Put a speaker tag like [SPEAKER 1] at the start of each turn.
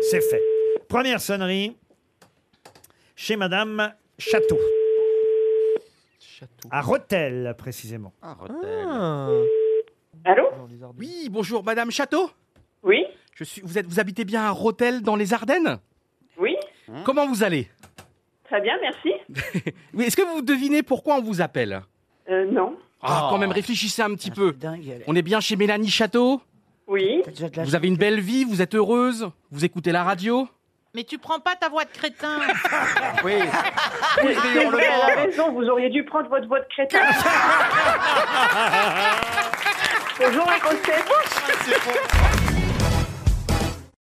[SPEAKER 1] c'est fait. Première sonnerie chez Madame Château. À Rotel, précisément.
[SPEAKER 2] Allô
[SPEAKER 3] Oui, bonjour Madame Château
[SPEAKER 2] Oui
[SPEAKER 3] Je suis, vous, êtes, vous habitez bien à Rotel dans les Ardennes Hein
[SPEAKER 2] Oui
[SPEAKER 3] Comment vous allez
[SPEAKER 2] Très bien, merci.
[SPEAKER 3] Oui, Est-ce que vous devinez pourquoi on vous appelle
[SPEAKER 2] Euh, non.
[SPEAKER 3] Ah,
[SPEAKER 4] Oh.
[SPEAKER 3] quand même, réfléchissez un petit peu.
[SPEAKER 4] Ah, Dingue, elle.
[SPEAKER 3] On est bien chez Mélanie Château
[SPEAKER 2] Oui
[SPEAKER 4] T'as déjà de la
[SPEAKER 3] Vous avez une belle vie, vous êtes heureuse, vous écoutez la radio
[SPEAKER 5] Mais tu prends pas ta voix de crétin.
[SPEAKER 3] Oui.
[SPEAKER 2] C'est vrai, elle a raison, vous auriez dû prendre votre voix de crétin. Bonjour la grossesse.